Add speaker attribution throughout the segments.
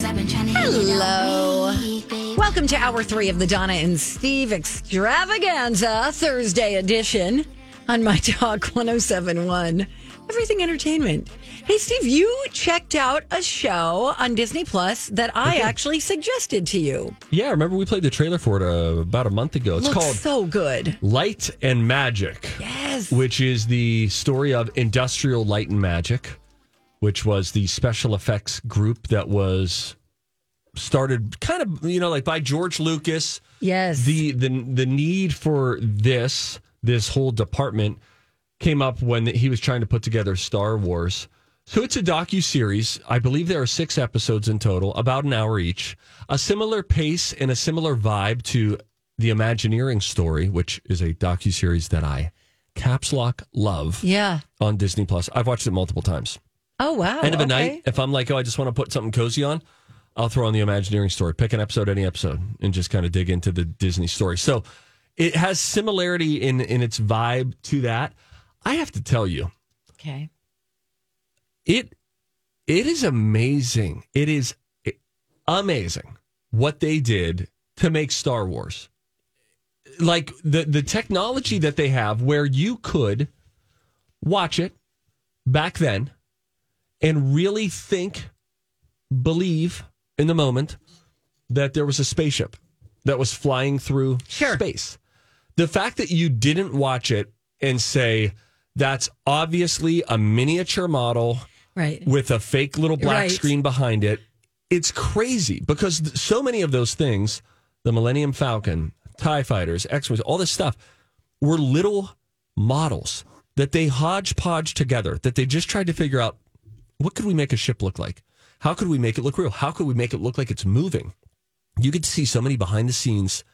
Speaker 1: Hello. Welcome to hour three of the Donna and Steve extravaganza, Thursday edition on My Talk 1071, Everything Entertainment. Hey, Steve, you checked out a show on Disney Plus that I actually suggested to you.
Speaker 2: Yeah, remember we played the trailer for it uh, about a month ago. It's
Speaker 1: Looks
Speaker 2: called
Speaker 1: so good.
Speaker 2: Light and Magic,
Speaker 1: Yes.
Speaker 2: which is the story of Industrial Light and Magic, which was the special effects group that was started kind of, you know, like by George Lucas.
Speaker 1: Yes.
Speaker 2: The the the need for this this whole department came up when he was trying to put together Star Wars. So it's a docu series. I believe there are six episodes in total, about an hour each. A similar pace and a similar vibe to the Imagineering story, which is a docu series that I caps lock love
Speaker 1: yeah.
Speaker 2: on Disney Plus. I've watched it multiple times.
Speaker 1: Oh, wow.
Speaker 2: End of a
Speaker 1: okay.
Speaker 2: night, if I'm like, oh, I just want to put something cozy on, I'll throw on the Imagineering story, pick an episode, any episode, and just kind of dig into the Disney story. So it has similarity in in its vibe to that. I have to tell you,
Speaker 1: Okay.
Speaker 2: it it is amazing. It is amazing what they did to make Star Wars. Like the the technology that they have where you could watch it back then and really think believe in the moment that there was a spaceship that was flying through
Speaker 1: Sure.
Speaker 2: space. The fact that you didn't watch it and say that's obviously a miniature model
Speaker 1: Right.
Speaker 2: with a fake little black
Speaker 1: Right.
Speaker 2: screen behind it. It's crazy because th- so many of those things, the Millennium Falcon, TIE fighters, X Wings, all this stuff, were little models that they hodgepodge together, that they just tried to figure out what could we make a ship look like? How could we make it look real? How could we make it look like it's moving? You could see so many behind the scenes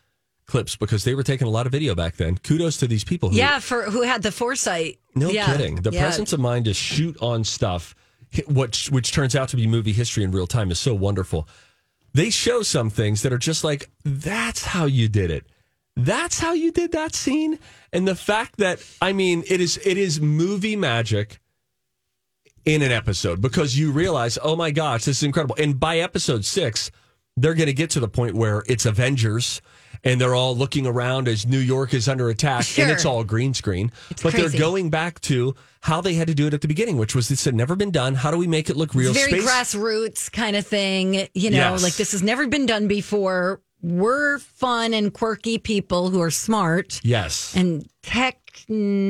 Speaker 2: clips because they were taking a lot of video back then. Kudos to these people who
Speaker 1: Yeah, for who had the foresight.
Speaker 2: no
Speaker 1: Yeah.
Speaker 2: kidding. The
Speaker 1: Yeah.
Speaker 2: presence of mind to shoot on stuff, which which turns out to be movie history in real time, is so wonderful. They show some things that are just like that's how you did it. That's how you did that scene, and the fact that I mean, it is it is movie magic in an episode because you realize, oh my gosh, this is incredible. And by episode six, they're going to get to the point where it's Avengers and they're all looking around as New York is under attack
Speaker 1: Sure.
Speaker 2: and it's all green screen. but
Speaker 1: crazy.
Speaker 2: they're going back to how they had to do it at the beginning, which was this had never been done. How do we make it look real?
Speaker 1: It's very
Speaker 2: Space-
Speaker 1: grassroots kind of thing. You know,
Speaker 2: Yes.
Speaker 1: like this has never been done before. We're fun and quirky people who are smart
Speaker 2: Yes.
Speaker 1: and tech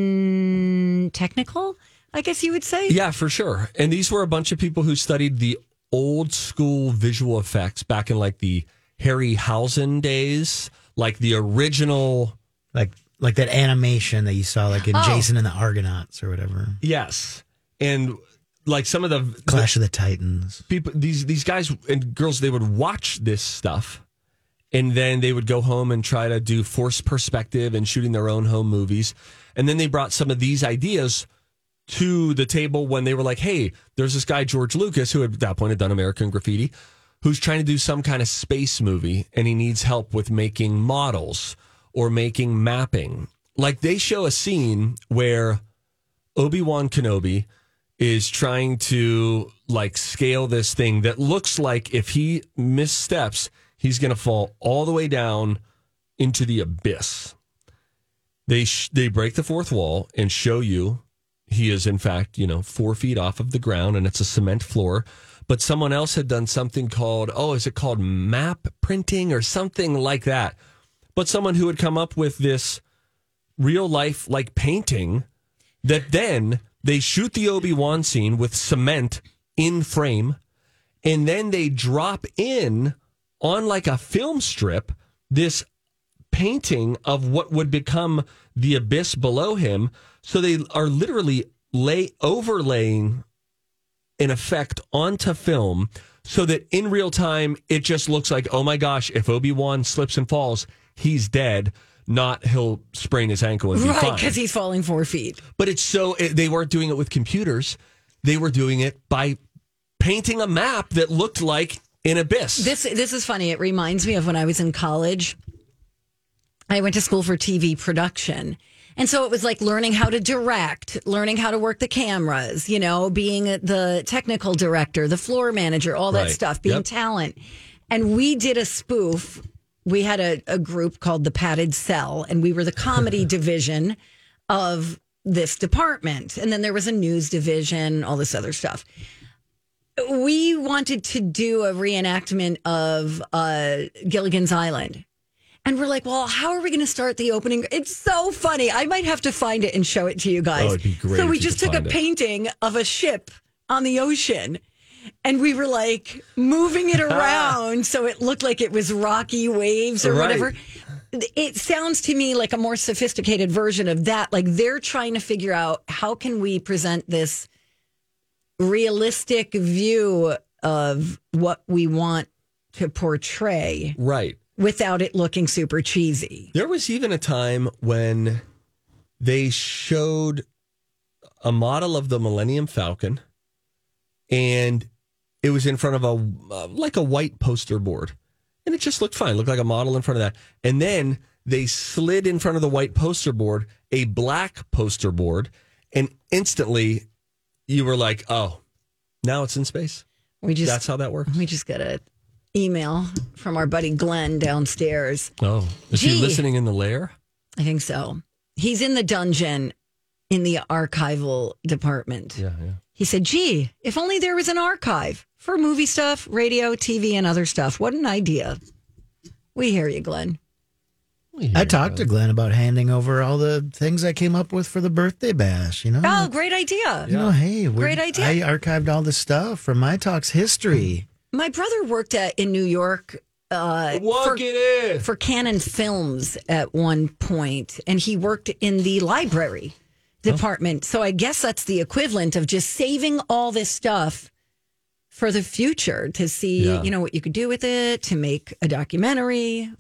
Speaker 1: mm, technical. I guess you would say.
Speaker 2: Yeah, for sure. And these were a bunch of people who studied the old school visual effects back in like the Harryhausen days, like the original.
Speaker 3: like like that animation that you saw like in
Speaker 1: Oh.
Speaker 3: Jason and the Argonauts or whatever.
Speaker 2: Yes. And like some of the, the
Speaker 3: Clash of the Titans.
Speaker 2: people, these, these guys and girls, they would watch this stuff and then they would go home and try to do forced perspective and shooting their own home movies. And then they brought some of these ideas to the table when they were like, hey, there's this guy, George Lucas, who at that point had done American Graffiti, who's trying to do some kind of space movie and he needs help with making models or making mapping. Like they show a scene where Obi Wan Kenobi is trying to like scale this thing that looks like if he missteps, he's going to fall all the way down into the abyss. They sh- they break the fourth wall and show you he is in fact you know four feet off of the ground and it's a cement floor. But someone else had done something called oh is it called map printing or something like that. But someone who had come up with this real life like painting that then they shoot the Obi Wan scene with cement in frame, and then they drop in on like a film strip this painting of what would become the abyss below him. So they are literally lay overlaying an effect onto film so that in real time it just looks like, oh my gosh, if Obi Wan slips and falls, he's dead. Not he'll sprain his ankle and be
Speaker 1: Right,
Speaker 2: fine.
Speaker 1: because he's falling four feet.
Speaker 2: But it's so it, they weren't doing it with computers; they were doing it by painting a map that looked like an abyss.
Speaker 1: This this is funny. It reminds me of when I was in college. I went to school for TV production. And so it was like learning how to direct, learning how to work the cameras, you know, being the technical director, the floor manager, all that
Speaker 2: Right.
Speaker 1: stuff, being
Speaker 2: Yep.
Speaker 1: talent. And we did a spoof. We had a, a group called the Padded Cell, and we were the comedy division of this department. And then there was a news division, all this other stuff we wanted to do a reenactment of uh, Gilligan's Island. And we're like, well, how are we going to start the opening? It's so funny. I might have to find it and show it to you guys.
Speaker 2: Oh, it'd be great
Speaker 1: So
Speaker 2: if
Speaker 1: we
Speaker 2: you
Speaker 1: just
Speaker 2: could
Speaker 1: took a
Speaker 2: find it.
Speaker 1: painting of a ship on the ocean and we were like moving it around so it looked like it was rocky waves or
Speaker 2: Right.
Speaker 1: whatever. It sounds to me like a more sophisticated version of that. Like they're trying to figure out how can we present this realistic view of what we want to portray
Speaker 2: right.
Speaker 1: without it looking super cheesy.
Speaker 2: There was even a time when they showed a model of the Millennium Falcon, and it was in front of a uh, like a white poster board, and it just looked fine. Looked like a model in front of that, and then they slid in front of the white poster board a black poster board, and instantly you were like, "Oh, now it's in space."
Speaker 1: We just
Speaker 2: That's how that works.
Speaker 1: we just got a email from our buddy Glenn downstairs.
Speaker 2: Oh, is
Speaker 1: Gee.
Speaker 2: he listening in the lair?
Speaker 1: I think so. He's in the dungeon in the archival department.
Speaker 2: Yeah, yeah.
Speaker 1: He said, "Gee, if only there was an archive for movie stuff, radio, TV, and other stuff. What an idea." We hear you, Glenn.
Speaker 3: I talked to Glenn about handing over all the things I came up with for the birthday bash. You know,
Speaker 2: Ah.
Speaker 1: Oh, great idea.
Speaker 3: you know, hey, we're-
Speaker 1: Great idea.
Speaker 3: I archived all the stuff from my talk's history.
Speaker 1: My brother worked at in New York uh,
Speaker 2: Walk
Speaker 1: for,
Speaker 2: it in.
Speaker 1: for Canon Films at one point, and he worked in the library department. So I guess that's the equivalent of just saving all this stuff for the future to see,
Speaker 2: Yeah.
Speaker 1: you know, what you could do with it to make a documentary,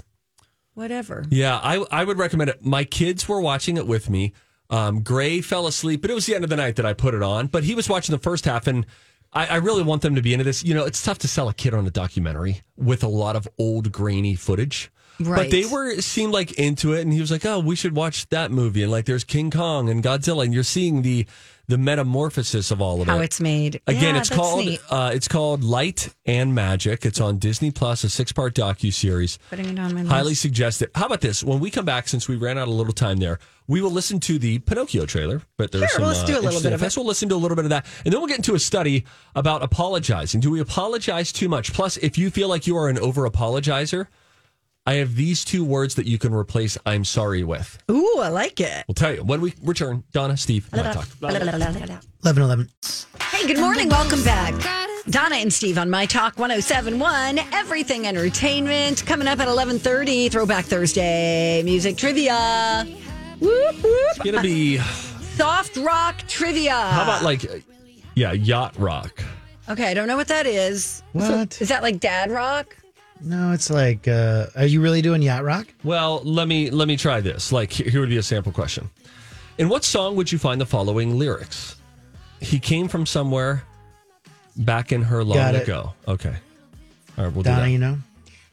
Speaker 1: whatever.
Speaker 2: Yeah, I I would recommend it. My kids were watching it with me. Um, Gray fell asleep, but it was the end of the night that I put it on. But he was watching the first half, and I, I really want them to be into this. You know, it's tough to sell a kid on a documentary with a lot of old grainy footage.
Speaker 1: Right.
Speaker 2: But they were seemed like into it, and he was like, "Oh, we should watch that movie." And like, there's King Kong and Godzilla, and you're seeing the the metamorphosis of all of
Speaker 1: How
Speaker 2: it.
Speaker 1: it's made.
Speaker 2: Again,
Speaker 1: Yeah,
Speaker 2: it's
Speaker 1: that's
Speaker 2: called
Speaker 1: neat.
Speaker 2: uh, it's called Light and Magic. It's on Disney Plus, a six part docu series.
Speaker 1: Putting it on my
Speaker 2: Highly
Speaker 1: list.
Speaker 2: suggest it. How about this? When we come back, since we ran out a little time there, we will listen to the Pinocchio trailer. But there's
Speaker 1: Sure,
Speaker 2: some
Speaker 1: well, let's
Speaker 2: uh,
Speaker 1: do a little
Speaker 2: interesting
Speaker 1: bit of
Speaker 2: effects. We'll listen to a little bit of that, and then we'll get into a study about apologizing. Do we apologize too much? Plus, if you feel like you are an over apologizer, I have these two words that you can replace "I'm sorry" with.
Speaker 1: Ooh, I like it.
Speaker 2: We'll tell you when we return. Donna, Steve, and I talk.
Speaker 3: Eleven eleven.
Speaker 1: Hey, good morning. Welcome back. Donna and Steve on My Talk 1071, Everything Entertainment. Coming up at 1130, Throwback Thursday, Music Trivia. Whoop, whoop.
Speaker 2: Gonna be
Speaker 1: Soft Rock Trivia.
Speaker 2: how about like, uh, yeah, yacht rock.
Speaker 1: Okay, I don't know what that is.
Speaker 3: What?
Speaker 1: Is that like dad rock?
Speaker 3: No, it's like, uh, are you really doing yacht rock?
Speaker 2: Well, let me let me try this. Like here here would be a sample question. In what song would you find the following lyrics? He came from somewhere back in her long
Speaker 3: Got it.
Speaker 2: ago. Okay. All right, we'll
Speaker 3: Donna,
Speaker 2: do
Speaker 3: you
Speaker 2: that.
Speaker 3: know,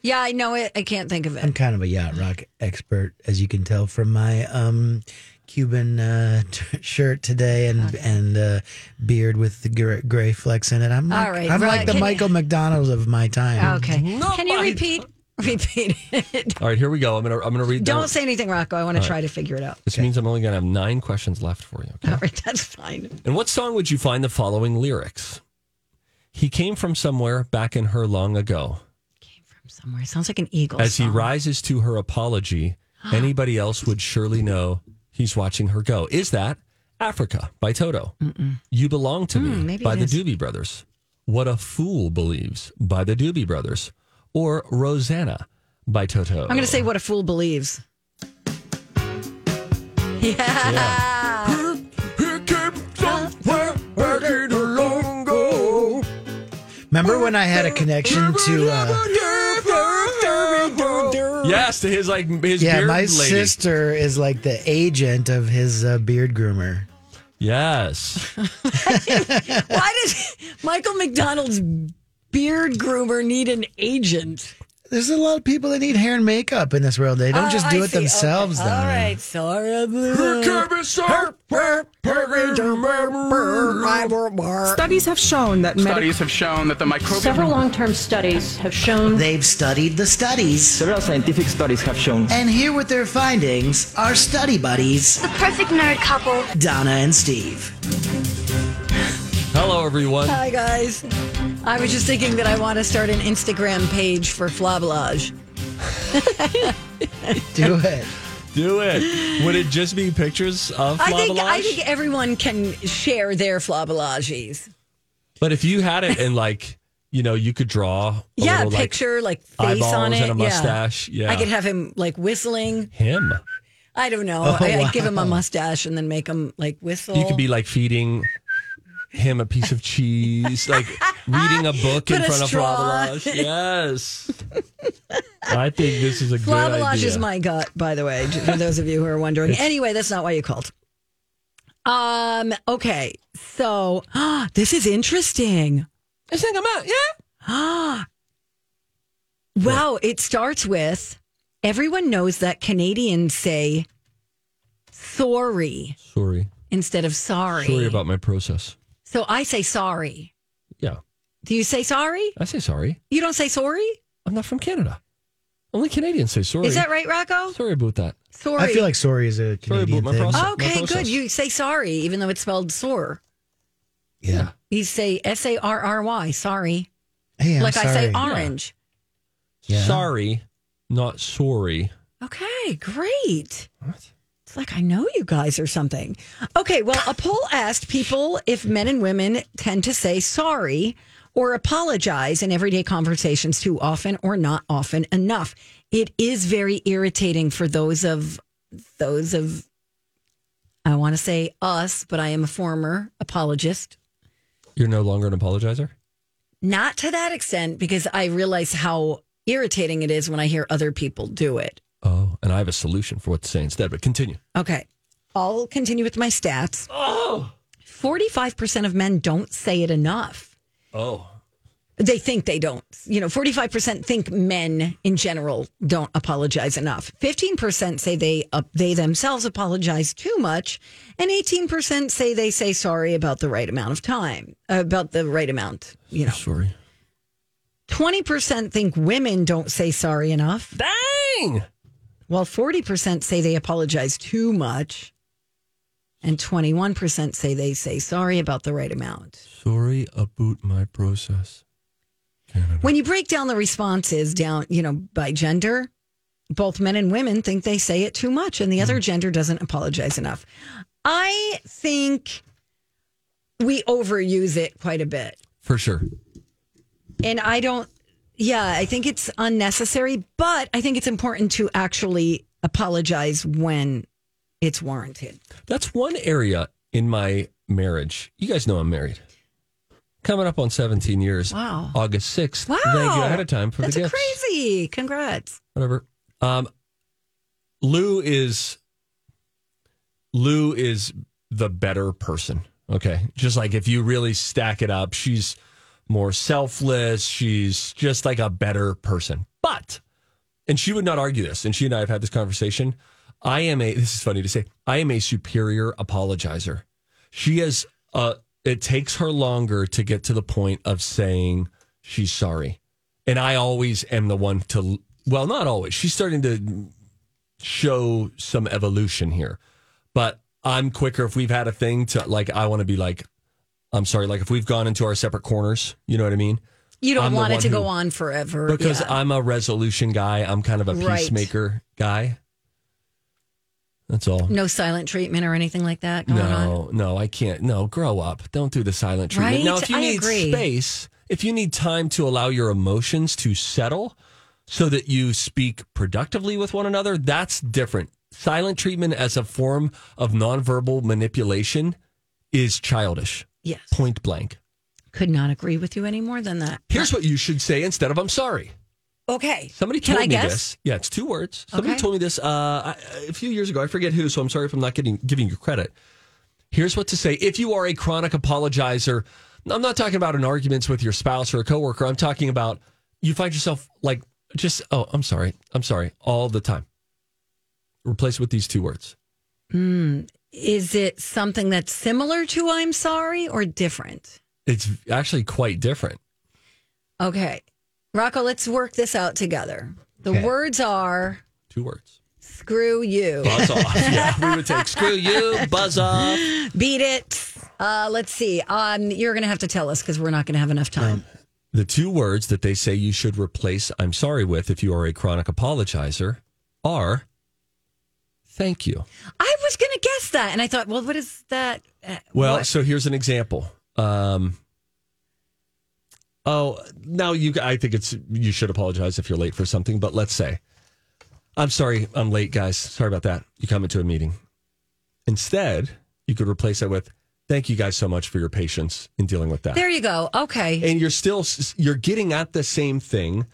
Speaker 1: Yeah, I know it. I can't think of
Speaker 3: I'm
Speaker 1: it.
Speaker 3: kind of a yacht rock expert, as you can tell from my um, Cuban uh, t- shirt today and and uh, beard with the gray, gray flecks in it. I'm like,
Speaker 1: All right,
Speaker 3: I'm
Speaker 1: right,
Speaker 3: like the
Speaker 1: can-
Speaker 3: Michael McDonald of my time.
Speaker 1: Okay.
Speaker 2: No,
Speaker 1: Can you
Speaker 2: I-
Speaker 1: repeat? Repeat it.
Speaker 2: All right, here we go. I'm gonna I'm gonna read
Speaker 1: Don't
Speaker 2: down-
Speaker 1: say anything, Rocco. I want to try to figure it out.
Speaker 2: This means I'm only gonna have nine questions left for you. Okay.
Speaker 1: All right, that's fine.
Speaker 2: In what song would you find the following lyrics? He came from somewhere back in her long ago.
Speaker 1: Came from somewhere. Sounds like an eagle.
Speaker 2: As he
Speaker 1: song.
Speaker 2: rises to her apology, anybody else would surely know he's watching her go. Is that Africa by Toto? You Belong to
Speaker 1: Mm,
Speaker 2: Me
Speaker 1: maybe
Speaker 2: by
Speaker 1: it
Speaker 2: the
Speaker 1: is.
Speaker 2: Doobie Brothers? What a Fool Believes by the Doobie Brothers? Or Rosanna by Toto?
Speaker 1: I'm going to say what a fool believes. Yeah.
Speaker 2: He came somewhere back in a long ago.
Speaker 3: Remember when I had a connection to? Uh,
Speaker 2: Yes, to his like his
Speaker 3: yeah,
Speaker 2: beard
Speaker 3: my
Speaker 2: lady.
Speaker 3: sister is like the agent of his uh, beard groomer.
Speaker 2: Yes,
Speaker 1: Why did Michael McDonald's beard groomer need an agent?
Speaker 3: There's a lot of people that need hair and makeup in this world. They don't just
Speaker 1: Oh,
Speaker 3: do
Speaker 1: I
Speaker 3: it
Speaker 1: see. Okay.
Speaker 3: themselves, though.
Speaker 1: All right, sorry.
Speaker 4: Studies have shown that medical
Speaker 5: Studies have shown that the microbial
Speaker 6: Several long term studies have shown
Speaker 3: They've studied the studies,
Speaker 7: Several scientific studies have shown
Speaker 3: and here with their findings are study buddies
Speaker 8: The perfect nerd couple.
Speaker 3: Donna and Steve.
Speaker 2: hello everyone.
Speaker 1: Hi guys. I was just thinking that I want to start an Instagram page for Flablage.
Speaker 3: Do it.
Speaker 2: Do it. Would it just be pictures of
Speaker 1: I think I
Speaker 2: Flavelage?
Speaker 1: think everyone can share their Flabelages.
Speaker 2: Oh, But if you had it and like you know you could draw. A
Speaker 1: yeah,
Speaker 2: little, like,
Speaker 1: picture like face
Speaker 2: eyeballs
Speaker 1: on it.
Speaker 2: and a
Speaker 1: yeah.
Speaker 2: mustache. Yeah,
Speaker 1: I could have him like whistling.
Speaker 2: him.
Speaker 1: I don't know.
Speaker 3: Oh,
Speaker 1: I, I'd give him a
Speaker 3: wow.
Speaker 1: mustache and then make him like whistle.
Speaker 2: You could be like feeding him a piece of cheese, like reading a book in
Speaker 1: Put a
Speaker 2: front of
Speaker 1: straw.
Speaker 2: Flavelage. Yes. I think this is a good
Speaker 1: Flavelage
Speaker 2: idea.
Speaker 1: is my gut, by the way, for those of you who are wondering. Anyway, that's not why you called. Um. Okay. So this is interesting. yeah. wow. It starts with everyone knows that Canadians say sorry
Speaker 2: Sorry.
Speaker 1: instead of sorry.
Speaker 2: Sorry about my process.
Speaker 1: so I say sorry.
Speaker 2: Yeah.
Speaker 1: Do you say sorry?
Speaker 2: I say sorry.
Speaker 1: You don't say sorry.
Speaker 2: I'm not from Canada. Only Canadians say sorry.
Speaker 1: Is that right, Rocco?
Speaker 2: Sorry about that.
Speaker 1: Sorry.
Speaker 3: I feel like sorry is a
Speaker 2: Sorry about
Speaker 3: Canadian
Speaker 2: my
Speaker 3: thing.
Speaker 2: process. my
Speaker 1: okay. Good.
Speaker 2: process.
Speaker 1: You say sorry, even though it's spelled sore.
Speaker 2: Yeah.
Speaker 1: You say S A R R Y. Sorry,
Speaker 3: Hey, I'm
Speaker 1: like I say
Speaker 3: sorry.
Speaker 1: orange.
Speaker 3: Yeah.
Speaker 2: Sorry, not sorry.
Speaker 1: Okay, great. It's like I know you guys or something. Okay, well, a poll asked people if men and women tend to say sorry or apologize in everyday conversations too often or not often enough. It is very irritating for those of those of I want to say us, but I am a former apologist.
Speaker 2: You're no longer an apologizer?
Speaker 1: Not to that extent, because I realize how irritating it is when I hear other people do it.
Speaker 2: Oh, and I have a solution for what to say instead, but continue.
Speaker 1: Okay. I'll continue with my stats.
Speaker 2: Oh.
Speaker 1: 45% of men don't say it enough.
Speaker 2: Oh.
Speaker 1: They think they don't. You know, 45% think men in general don't apologize enough. 15% say they uh, they themselves apologize too much, and 18% say they say sorry about the right amount of time, about the right amount, you know.
Speaker 2: Sorry.
Speaker 1: 20% think women don't say sorry enough,
Speaker 2: Dang.
Speaker 1: while 40% say they apologize too much, and 21% say they say sorry about the right amount.
Speaker 2: Sorry about my process.
Speaker 1: When you break down the responses down, you know, by gender, both men and women think they say it too much and the other gender doesn't apologize enough. I think we overuse it quite a bit.
Speaker 2: For sure.
Speaker 1: And I don't, yeah, I think it's unnecessary, but I think it's important to actually apologize when it's warranted.
Speaker 2: That's one area in my marriage. You guys know I'm married. Coming up on 17 years.
Speaker 1: Wow.
Speaker 2: August 6th.
Speaker 1: Wow.
Speaker 2: Thank you ahead of time for
Speaker 1: That's
Speaker 2: the gifts.
Speaker 1: crazy. Congrats.
Speaker 2: Whatever. Um, Lou is Lou is the better person. Okay. Just like if you really stack it up, she's more selfless. She's just like a better person. But and she would not argue this, and she and I have had this conversation. I am a this is funny to say, I am a superior apologizer. She is uh it takes her longer to get to the point of saying she's sorry. And I always am the one to well, not always. She's starting to show some evolution here. But I'm quicker if we've had a thing to like I want to be like I'm sorry, like if we've gone into our separate corners, you know what I mean?
Speaker 1: You don't
Speaker 2: I'm the
Speaker 1: want it
Speaker 2: one
Speaker 1: to
Speaker 2: who-
Speaker 1: go on forever.
Speaker 2: Because
Speaker 1: Yeah.
Speaker 2: I'm a resolution guy. I'm kind of a
Speaker 1: Right.
Speaker 2: peacemaker guy. That's all.
Speaker 1: no silent treatment or anything like that going on.
Speaker 2: No, no, I can't. No, grow up. Don't do the silent treatment.
Speaker 1: Right?
Speaker 2: Now, if you
Speaker 1: I
Speaker 2: need
Speaker 1: agree.
Speaker 2: space, if you need time to allow your emotions to settle so that you speak productively with one another, that's different. Silent treatment as a form of nonverbal manipulation is childish,
Speaker 1: Yes.
Speaker 2: point blank.
Speaker 1: could not agree with you any more than that.
Speaker 2: Here's what you should say instead of I'm sorry.
Speaker 1: Okay.
Speaker 2: Somebody
Speaker 1: Can
Speaker 2: told
Speaker 1: I
Speaker 2: me
Speaker 1: guess?
Speaker 2: this. Yeah, it's two words. Somebody
Speaker 1: Okay.
Speaker 2: told me this uh, I- a few years ago. I forget who, so I'm sorry if I'm not getting giving you credit. Here's what to say: If you are a chronic apologizer, I'm not talking about an arguments with your spouse or a coworker. I'm talking about you find yourself like just oh, I'm sorry, I'm sorry all the time. Replace it with these two words.
Speaker 1: Is it something that's similar to I'm sorry or different?
Speaker 2: It's actually quite different.
Speaker 1: Okay. Rocco, let's work this out together. The
Speaker 3: Okay.
Speaker 1: words are
Speaker 2: Two words.
Speaker 1: screw you,
Speaker 2: Buzz off. Yeah, we would take screw you, buzz off.
Speaker 1: beat it. Uh, let's see. Um, you're going to have to tell us because we're not going to have enough time.
Speaker 2: The two words that they say you should replace I'm sorry with if you are a chronic apologizer are thank you.
Speaker 1: I was going to guess that. And I thought, well, what is that? Uh,
Speaker 2: Well,
Speaker 1: what?
Speaker 2: so here's an example. Um, oh, now you I think it's you should apologize if you're late for something, but let's say I'm sorry I'm late guys. Sorry about that. You come into a meeting. Instead, you could replace that with thank you guys so much for your patience in dealing with that.
Speaker 1: there you go. Okay.
Speaker 2: and you're still you're getting at the same thing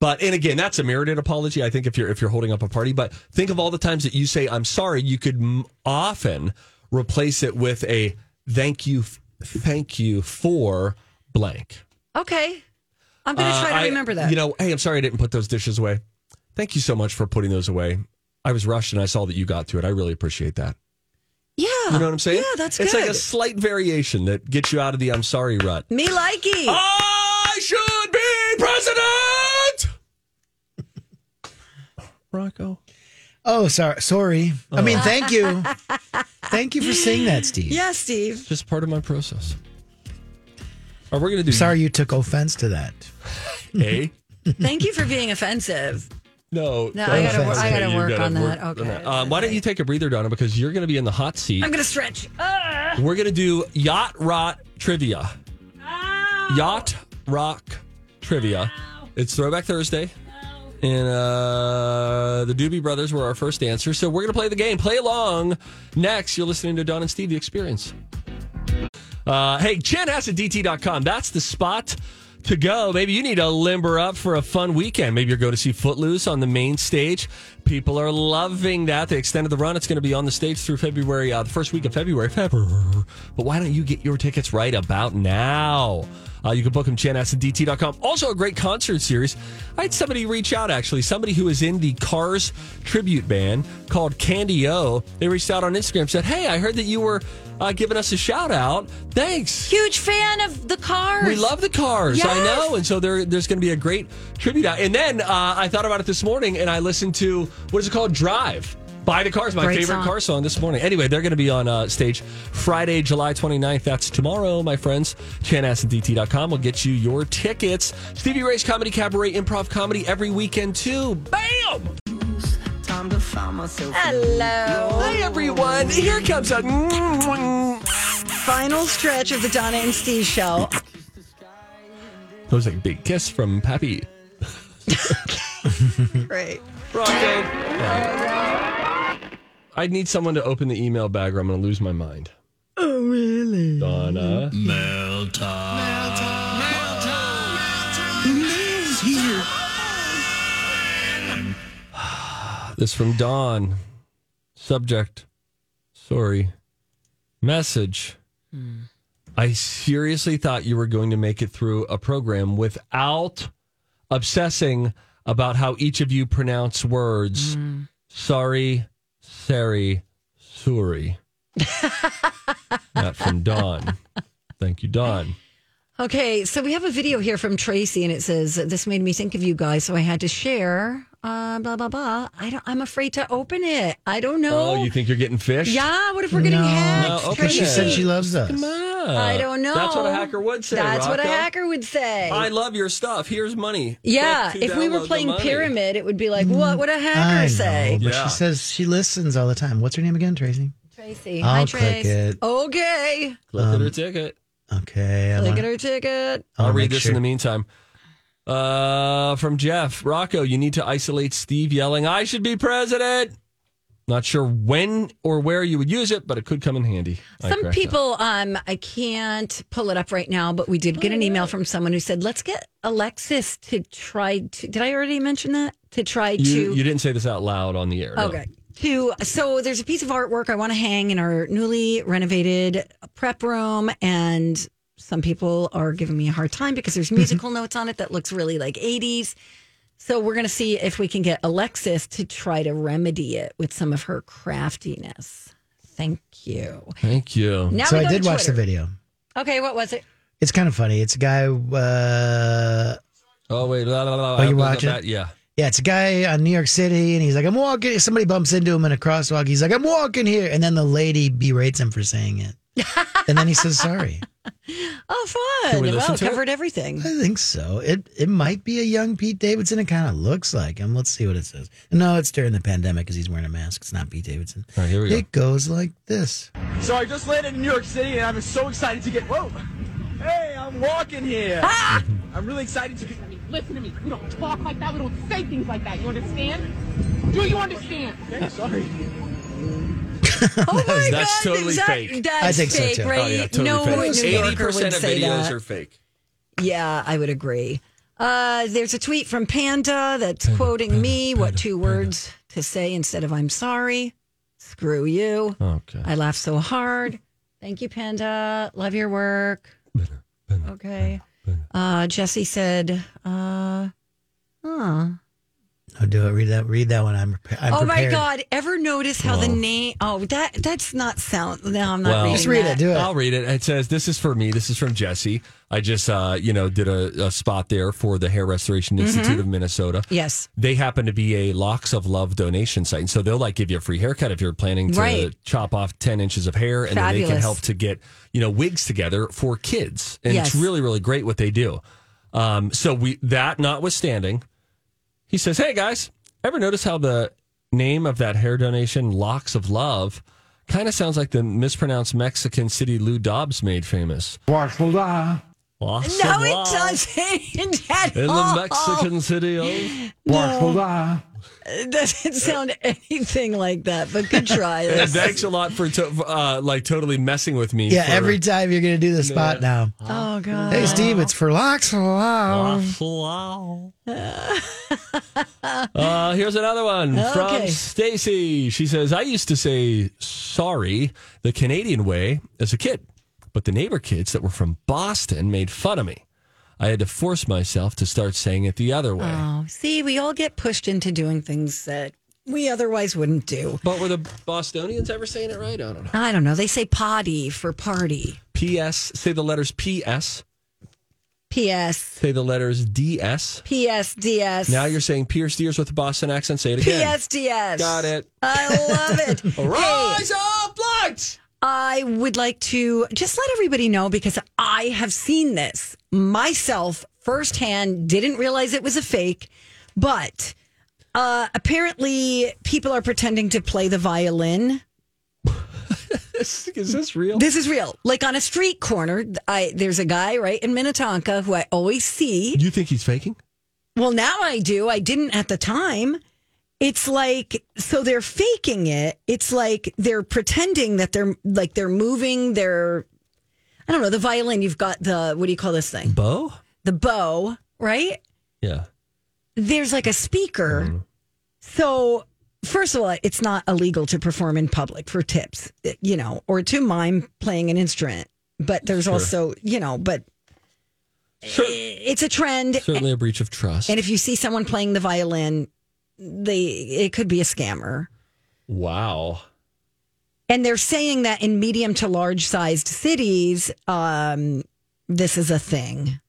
Speaker 2: but and again that's a merited apology i think if you're if you're holding up a party but think of all the times that you say i'm sorry you could m- often replace it with a thank you f- thank you for blank
Speaker 1: Okay. I'm going to try to
Speaker 2: Uh, I-
Speaker 1: remember that.
Speaker 2: you know hey i'm sorry i didn't put those dishes away thank you so much for putting those away i was rushed and i saw that you got to it i really appreciate that
Speaker 1: yeah.
Speaker 2: you know what i'm saying
Speaker 1: Yeah, that's
Speaker 2: it's
Speaker 1: good.
Speaker 2: like a slight variation that gets you out of the i'm sorry rut
Speaker 1: Me likey.
Speaker 2: Oh. I should be president. Rocco.
Speaker 3: Oh, sorry. Sorry.
Speaker 1: Oh.
Speaker 3: I mean, thank you. thank you for saying that, Steve.
Speaker 1: Yeah, Steve.
Speaker 2: Just part of my process. Are we going to do
Speaker 3: Sorry you took offense to that.
Speaker 2: A?
Speaker 1: Thank you for being offensive.
Speaker 2: No.
Speaker 1: No, I
Speaker 3: gotta wor-
Speaker 2: that's
Speaker 3: I
Speaker 1: gotta
Speaker 2: okay.
Speaker 1: work
Speaker 2: You gotta
Speaker 1: on that.
Speaker 2: work
Speaker 1: Okay.
Speaker 2: Um, why don't you take a breather, Donna, because you're going to be in the hot seat.
Speaker 1: I'm going to stretch. Ah.
Speaker 2: We're going to do yacht rock trivia. Yacht rock trivia. It's Throwback Thursday. And uh, the Doobie Brothers were our first answer. So we're going to play the game. Play along. Next, you're listening to Don and Steve, The Experience. Uh, hey, Jen has at DT.com. That's the spot to go. Maybe you need to limber up for a fun weekend. Maybe you're going to see Footloose on the main stage. People are loving that. They extended the run. It's going to be on the stage through February, uh, the first week of February. February. But why don't you get your tickets right about now? Uh, you can book them, Jen at DT.com. Also, a great concert series. I had somebody reach out, actually, somebody who is in the Cars tribute band called Candy O. They reached out on Instagram, said, Hey, I heard that you were uh, giving us a shout out. Thanks.
Speaker 1: Huge fan of the cars.
Speaker 2: We love the cars. I
Speaker 1: Yes.
Speaker 2: know. And so there, there's going to be a great tribute out. And then uh, I thought about it this morning and I listened to, what is it called? Drive. By the Cars, my
Speaker 1: Great
Speaker 2: favorite
Speaker 1: song.
Speaker 2: car song this morning. Anyway, they're going to be on uh, stage Friday, July 29th. That's tomorrow, my friends. ChanAssendt.com will get you your tickets. Stevie Ray's Comedy Cabaret Improv Comedy every weekend, too. Bam!
Speaker 1: Hello.
Speaker 2: Hi, everyone. Here comes a.
Speaker 1: Final stretch of the Donna and Steve show.
Speaker 2: That was like a big kiss from Pappy.
Speaker 1: Great.
Speaker 2: Rocco. I'd need someone to open the email bag or I'm going to lose my mind. Oh, really? Donna. This from Dawn. Subject. Sorry. Message. Hmm. I seriously thought you were going to make it through a program without obsessing about how each of you pronounce words. Sorry, sorry, sorry. That from Dawn. Thank you, Dawn.
Speaker 1: Okay, so we have a video here from Tracy, and it says, "This made me think of you guys, so I had to share." Uh, blah blah blah. I don't. I'm afraid to open it. I don't know.
Speaker 2: Oh, you think you're getting fish?
Speaker 1: yeah. What if we're getting hacked?
Speaker 2: No, okay.
Speaker 3: Because she said
Speaker 1: Tracy?
Speaker 3: she loves us.
Speaker 1: I don't know.
Speaker 2: That's what a hacker would say.
Speaker 1: That's what a
Speaker 2: Rocco.
Speaker 1: hacker would say.
Speaker 2: I love your stuff. Here's money.
Speaker 1: yeah.
Speaker 2: Click to
Speaker 1: If we were
Speaker 2: download the
Speaker 1: playing
Speaker 2: money. Mm,
Speaker 1: Pyramid, it would be like, "What would a hacker
Speaker 3: I know,
Speaker 1: say?"
Speaker 3: but
Speaker 2: Yeah.
Speaker 3: she says she listens all the time. What's her name again, Tracy?
Speaker 1: Tracy.
Speaker 3: I'll
Speaker 1: Hi,
Speaker 3: click
Speaker 1: Trace.
Speaker 3: it.
Speaker 1: Okay.
Speaker 2: Click her ticket.
Speaker 3: Okay. I'm
Speaker 1: Look
Speaker 3: on-
Speaker 1: at her ticket.
Speaker 2: I'll,
Speaker 3: Um, I'll
Speaker 2: read
Speaker 3: make
Speaker 2: this
Speaker 3: sure.
Speaker 2: in the meantime. Uh, from Jeff Rocco, you need to isolate Steve yelling, "I should be president." Not sure when or where you would use it, but it could come in handy. I
Speaker 1: Some
Speaker 2: correct that.
Speaker 1: people, um, I can't pull it up right now, but we did get an email from someone who said, "Let's get Alexis to try to." Did I already mention that? To try
Speaker 2: You,
Speaker 1: to
Speaker 2: you didn't say this out loud on the air. no.
Speaker 1: Okay. To so there's a piece of artwork I want to hang in our newly renovated prep room, and some people are giving me a hard time because there's musical notes on it that looks really like 80s. So we're gonna see if we can get Alexis to try to remedy it with some of her craftiness. Thank you.
Speaker 2: Thank you.
Speaker 1: Now
Speaker 3: so
Speaker 1: we
Speaker 3: I
Speaker 1: go
Speaker 3: did
Speaker 1: to
Speaker 3: watch the
Speaker 1: Twitter.
Speaker 3: video.
Speaker 1: Okay, what was it?
Speaker 3: It's kind of funny. It's a guy. Uh,
Speaker 2: Oh wait, la, la, la, la,
Speaker 3: Oh, you
Speaker 2: la, la,
Speaker 3: watch it?
Speaker 2: la, Yeah.
Speaker 3: Yeah, it's a guy on New York City, and he's like, "I'm walking." Somebody bumps into him in a crosswalk. He's like, "I'm walking here," and then the lady berates him for saying it, and then he says sorry.
Speaker 1: Oh,
Speaker 2: Can
Speaker 1: fun!
Speaker 2: we
Speaker 1: Well,
Speaker 2: listen to it?
Speaker 1: covered everything.
Speaker 3: I think so. It it might be a young Pete Davidson. It kind of looks like him. Let's see what it says. No, it's during the pandemic because he's wearing a mask. It's not Pete Davidson.
Speaker 2: All right, here we go.
Speaker 3: It goes like this.
Speaker 5: So I just landed in New York City and I'm so excited to get. Whoa! Hey, I'm walking here!
Speaker 1: Ah!
Speaker 5: I'm really excited to be.
Speaker 7: Listen to me. We don't talk like that. We don't say things like that. You understand? Do you understand?
Speaker 5: Hey, sorry.
Speaker 1: Oh my
Speaker 2: that's
Speaker 1: God,
Speaker 2: totally
Speaker 1: is that-
Speaker 2: fake.
Speaker 1: That's
Speaker 3: I think so,
Speaker 1: fake,
Speaker 3: too. Oh,
Speaker 1: right?
Speaker 2: Oh yeah, totally
Speaker 1: no
Speaker 2: fake.
Speaker 1: New Yorker would
Speaker 2: of
Speaker 1: say
Speaker 2: videos
Speaker 1: that.
Speaker 2: are fake.
Speaker 1: Yeah, I would agree. Uh, there's a tweet from Panda that's quoting me what two words to say instead of I'm sorry. Screw you.
Speaker 2: Okay.
Speaker 1: I laugh so hard. Thank you, Panda. Love your work. Okay. Uh, Jesse said, uh, huh.
Speaker 3: Oh, do it. Read that. Read that one. I'm. prepa- I'm
Speaker 1: Oh my
Speaker 3: prepared.
Speaker 1: God. Ever notice how the name? Oh, that that's not sound. No, I'm not
Speaker 2: Well-
Speaker 1: reading
Speaker 3: Just read
Speaker 1: that.
Speaker 3: it. Do it.
Speaker 2: I'll read it. It says, "This is for me. This is from Jesse. I just, uh, you know, did a, a spot there for the Hair Restoration
Speaker 1: Mm-hmm.
Speaker 2: Institute of Minnesota.
Speaker 1: Yes.
Speaker 2: They happen to be a locks of love donation site, and so they'll like give you a free haircut if you're planning to
Speaker 1: Right.
Speaker 2: chop off ten inches of hair, and then they can
Speaker 1: Fabulous.
Speaker 2: help to get you know wigs together for kids. And
Speaker 1: Yes.
Speaker 2: it's really, really great what they do. Um, so we that notwithstanding, he says, "Hey guys, ever notice how the name of that hair donation, Locks of Love, kind of sounds like the mispronounced Mexican city Lou Dobbs made famous? Locks
Speaker 1: No,
Speaker 2: of
Speaker 1: it
Speaker 2: Love
Speaker 1: doesn't at
Speaker 2: In
Speaker 1: all.
Speaker 2: the Mexican city of
Speaker 1: It doesn't sound anything like that, but good try.
Speaker 2: And thanks a lot for to, uh, like totally messing with me.
Speaker 3: Yeah,
Speaker 2: for-
Speaker 3: every time you're gonna do the spot now.
Speaker 1: oh god.
Speaker 3: Hey, Steve, it's for locks. Wow.
Speaker 2: Locks of Love. uh, here's another one
Speaker 3: Oh,
Speaker 1: Okay.
Speaker 2: from Stacy. She says, "I used to say sorry the Canadian way as a kid, but the neighbor kids that were from Boston made fun of me. I had to force myself to start saying it the other way."
Speaker 1: Oh, see, we all get pushed into doing things that we otherwise wouldn't do.
Speaker 2: But were the Bostonians ever saying it right? I don't know.
Speaker 1: I don't know. They say potty for party.
Speaker 2: P.S. Say the letters P.S.
Speaker 1: P.S.
Speaker 2: Say the letters D.S.
Speaker 1: P.S. D.S.
Speaker 2: Now you're saying Pierce Deers with a Boston accent. Say it again.
Speaker 1: P.S. D.S.
Speaker 2: Got it.
Speaker 1: I love it. Hey,
Speaker 2: Rise up, lights!
Speaker 1: I would like to just let everybody know because I have seen this myself firsthand, didn't realize it was a fake, but uh, apparently people are pretending to play the violin.
Speaker 2: Is this real?
Speaker 1: This is real. Like on a street corner, I there's a guy right in Minnetonka who I always see.
Speaker 2: You think he's faking?
Speaker 1: Well, now I do. I didn't at the time. It's like so they're faking it. It's like they're pretending that they're like they're moving their I don't know, the violin, you've got the what do you call this thing?
Speaker 2: Bo?
Speaker 1: The bow, right?
Speaker 2: Yeah.
Speaker 1: There's like a speaker. So First of all, it's not illegal to perform in public for tips, you know, or to mime playing an instrument. But there's also, you know, but it's a trend.
Speaker 2: Certainly a breach of trust.
Speaker 1: And if you see someone playing the violin, they it could be a scammer.
Speaker 2: wow.
Speaker 1: And they're saying that in medium to large sized cities, um, this is a thing.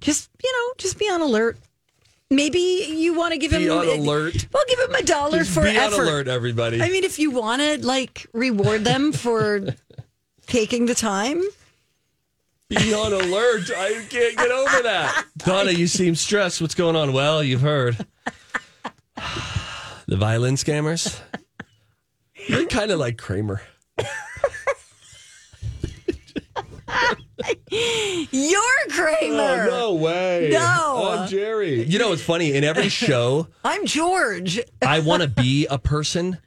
Speaker 1: Just you know, just be on alert. Maybe you want to give
Speaker 2: Be
Speaker 1: him
Speaker 2: on alert.
Speaker 1: Well, give him a dollar
Speaker 2: Just
Speaker 1: for
Speaker 2: be
Speaker 1: effort.
Speaker 2: on alert, everybody.
Speaker 1: I mean, if you want to like reward them for taking the time,
Speaker 2: be on alert. I can't get over that. Donna, you seem stressed. What's going on? Well, you've heard. The violin scammers? You're kind of like Kramer.
Speaker 1: you're Kramer.
Speaker 2: Oh, way. Oh,
Speaker 1: No.
Speaker 2: I'm Jerry. You know, it's funny. In every show,
Speaker 1: I'm George.
Speaker 2: I want to be a person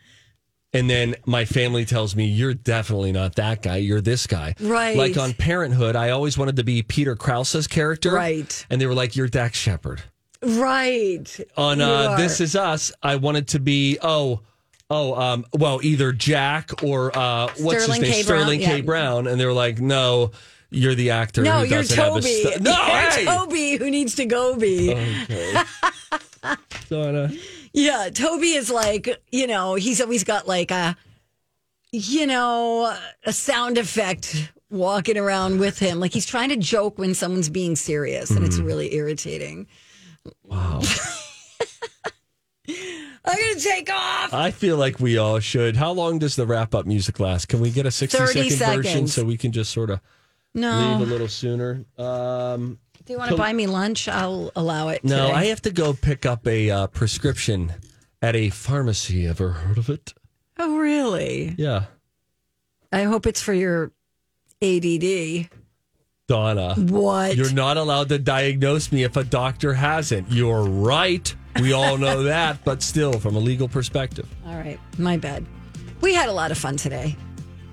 Speaker 2: And then my family tells me, you're definitely not that guy. You're this guy.
Speaker 1: Right.
Speaker 2: Like on Parenthood, I always wanted to be Peter Krause's character.
Speaker 1: Right.
Speaker 2: And they were like, you're Dax Shepard.
Speaker 1: Right.
Speaker 2: On
Speaker 1: You
Speaker 2: uh,
Speaker 1: are.
Speaker 2: This Is Us, I wanted to be, oh, oh, um, well, either Jack or uh, what's his
Speaker 1: Sterling
Speaker 2: name?
Speaker 1: K. Brown,
Speaker 2: Sterling K.
Speaker 1: yeah.
Speaker 2: Brown. And they were like, no, you're the actor.
Speaker 1: No,
Speaker 2: who
Speaker 1: you're
Speaker 2: doesn't have a
Speaker 1: Toby.
Speaker 2: stu- no,
Speaker 1: you're
Speaker 2: hey! Uh-huh.
Speaker 1: Toby who needs to go be.
Speaker 2: Okay. Donna.
Speaker 1: Yeah, Toby is like, you know, he's always got like a, you know, a sound effect walking around with him. Like he's trying to joke when someone's being serious, and it's really irritating.
Speaker 2: Mm-hmm. Wow.
Speaker 1: I'm going to take off.
Speaker 2: I feel like we all should. How long does the wrap up music last? Can we get a 60
Speaker 1: 30
Speaker 2: second version
Speaker 1: seconds. Oh.
Speaker 2: so we can just sort of
Speaker 1: No.
Speaker 2: leave a little sooner? Um,
Speaker 1: Do you want to buy me lunch? I'll allow it.
Speaker 2: no,
Speaker 1: today.
Speaker 2: I have to go pick up a uh, prescription at a pharmacy. Ever heard of it?
Speaker 1: Oh, really?
Speaker 2: Yeah.
Speaker 1: I hope it's for your ADD.
Speaker 2: Donna,
Speaker 1: What?
Speaker 2: you're not allowed to diagnose me if a doctor hasn't. You're right. We all know that, but still, from a legal perspective.
Speaker 1: All right, my bad. We had a lot of fun today.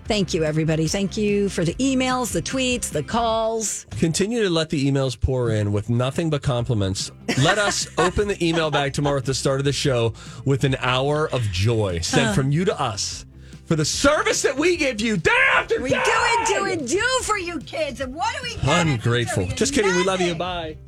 Speaker 1: Thank you, everybody. Thank you for the emails, the tweets, the calls.
Speaker 2: Continue to let the emails pour in with nothing but compliments. Let us open the email bag tomorrow at the start of the show with an hour of joy sent from you to us for the service that we give you day after
Speaker 1: We
Speaker 2: day.
Speaker 1: do it, do it, do for you kids. And what do we get?
Speaker 2: Ungrateful. Just kidding. We love you. Bye.